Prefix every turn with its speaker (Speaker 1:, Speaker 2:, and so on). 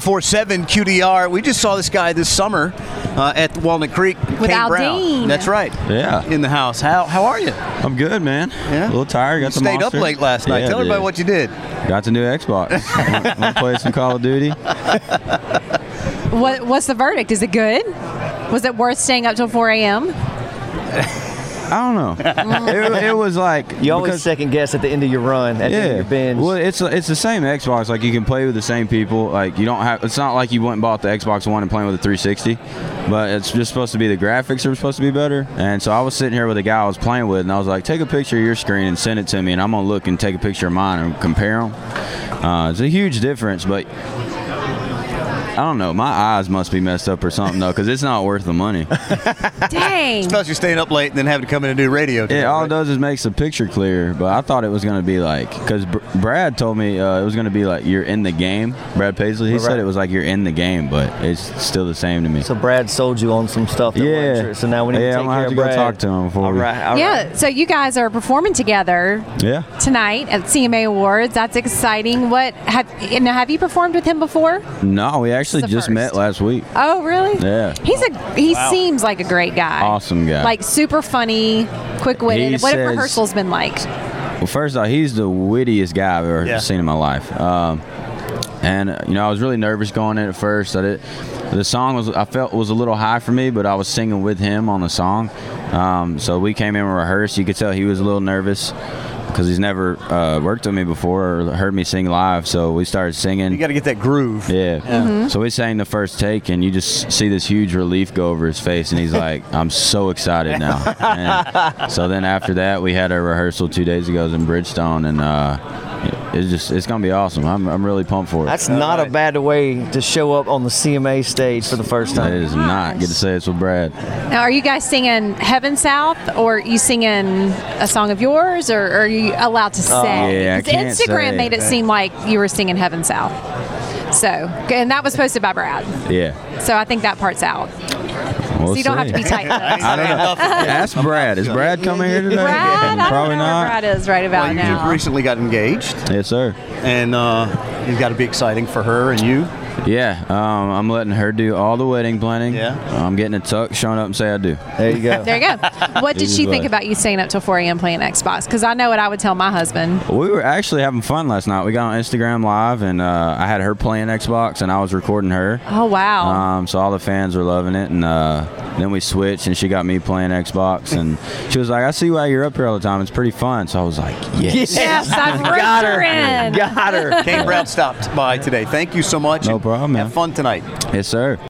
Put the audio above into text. Speaker 1: 94.7 QDR. We just saw this guy this summer uh, at Walnut Creek.
Speaker 2: With
Speaker 1: Kane Brown.
Speaker 2: Aldine.
Speaker 1: That's right.
Speaker 3: Yeah.
Speaker 1: In the house. How how are you?
Speaker 3: I'm good, man.
Speaker 1: Yeah?
Speaker 3: A little tired. Got the
Speaker 1: Stayed up
Speaker 3: monster.
Speaker 1: late last night.
Speaker 3: Yeah,
Speaker 1: Tell
Speaker 3: dude.
Speaker 1: everybody what you did.
Speaker 3: Got the new Xbox. Want to play some Call of Duty?
Speaker 2: What, what's the verdict? Is it good? Was it worth staying up till 4 a.m.?
Speaker 3: I don't know. it, it was like
Speaker 4: You always
Speaker 3: because-
Speaker 4: second guess at the end of your run, at the end of
Speaker 3: yeah.
Speaker 4: your binge.
Speaker 3: Well, it's it's the same Xbox. Like you can play with the same people. Like you don't have. It's not like you went and bought the Xbox One and playing with the 360. But it's just supposed to be the graphics are supposed to be better. And so I was sitting here with a guy I was playing with, and I was like, take a picture of your screen and send it to me, and I'm gonna look and take a picture of mine and compare them. Uh, it's a huge difference, but. I don't know. My eyes must be messed up or something though, because it's not worth the money.
Speaker 2: Dang.
Speaker 1: Plus, you're staying up late and then having to come in and do radio.
Speaker 3: It
Speaker 1: today,
Speaker 3: all
Speaker 1: right?
Speaker 3: does is makes the picture clearer, but I thought it was going to be like because Br- Brad told me uh, it was going to be like you're in the game. Brad Paisley, he said
Speaker 4: right.
Speaker 3: it was like you're in the game, but it's still the same to me.
Speaker 4: so Brad sold you on some stuff. That
Speaker 3: Yeah.
Speaker 4: Wasn't true, so now we need
Speaker 3: Yeah,
Speaker 4: to take
Speaker 3: I'm gonna
Speaker 4: care
Speaker 3: have
Speaker 4: of
Speaker 3: to go
Speaker 4: Brad.
Speaker 3: talk to him before
Speaker 4: All
Speaker 3: we-
Speaker 4: right. all right.
Speaker 2: Yeah, so you guys are performing together
Speaker 3: yeah,
Speaker 2: tonight at CMA Awards. That's exciting. What have and have you performed with him before?
Speaker 3: no, we actually
Speaker 2: the
Speaker 3: just met
Speaker 2: first.
Speaker 3: last week.
Speaker 2: Oh, really?
Speaker 3: Yeah.
Speaker 2: He's a he seems like a great guy.
Speaker 3: Awesome guy.
Speaker 2: Like super funny,
Speaker 3: He
Speaker 2: quick-witted. What have
Speaker 3: says-
Speaker 2: rehearsals been like?
Speaker 3: Well, first off, he's the wittiest guy I've ever
Speaker 1: Yeah.
Speaker 3: seen in my life. Um, and uh, you know, I was really nervous going in at first. I did, the song was I felt was a little high for me, but I was singing with him on the song. Um, so we came in and rehearsed. You could tell he was a little nervous because he's never uh, worked with me before or heard me sing live. So we started singing.
Speaker 1: You got to get that groove.
Speaker 3: Yeah.
Speaker 4: Mm-hmm.
Speaker 3: So we sang the first take, and you just see this huge relief go over his face, and he's like, "I'm so excited now." And so then after that, we had a rehearsal two days ago in Bridgestone, and uh, it's just it's gonna be awesome. I'm, I'm really pumped for it.
Speaker 4: That's not a bad way to show up on the CMA stage for the first
Speaker 3: That
Speaker 4: time.
Speaker 3: is not good to say it's with Brad.
Speaker 2: Now, are you guys singing Heaven South, or you singing a song of yours, or, are you allowed to say?
Speaker 3: Oh, yeah, I
Speaker 2: 'Cause
Speaker 3: can't
Speaker 2: Instagram
Speaker 3: say.
Speaker 2: made it seem like you were singing Heaven South. So, and that was posted by Brad.
Speaker 3: Yeah.
Speaker 2: So I think that part's out.
Speaker 3: We'll
Speaker 2: so you don't have
Speaker 3: see.
Speaker 2: to be tight.
Speaker 3: I don't know. Ask Brad. Is Brad coming here today?
Speaker 2: Brad, I
Speaker 3: Probably
Speaker 2: don't know
Speaker 3: not.
Speaker 2: where Brad is right
Speaker 1: Well,
Speaker 2: about
Speaker 1: you you've
Speaker 2: now.
Speaker 1: recently got engaged,
Speaker 3: Yes, sir.
Speaker 1: and uh, you've got to be exciting for her and you.
Speaker 3: Yeah, um, I'm letting her do all the wedding planning.
Speaker 1: Yeah.
Speaker 3: I'm getting a tuck, showing up, and say I do.
Speaker 4: There you go.
Speaker 2: there you go. What did
Speaker 3: He's
Speaker 2: she think
Speaker 3: right.
Speaker 2: about you staying up till 4 a.m. playing Xbox? Because I know what I would tell my husband.
Speaker 3: We were actually having fun last night. We got on Instagram Live, and uh, I had her playing Xbox, and I was recording her.
Speaker 2: Oh wow.
Speaker 3: Um, so all the fans were loving it, and uh, then we switched, and she got me playing Xbox, and she was like, "I see why you're up here all the time. It's pretty fun." So I was like, "Yes,
Speaker 2: yes, I've
Speaker 4: Got
Speaker 2: roped her
Speaker 4: her.
Speaker 2: in.
Speaker 4: Got her.
Speaker 1: Kane Brown stopped by today. Thank you so much.
Speaker 3: No
Speaker 1: and
Speaker 3: problem, man.
Speaker 1: Have fun tonight.
Speaker 3: yes, sir."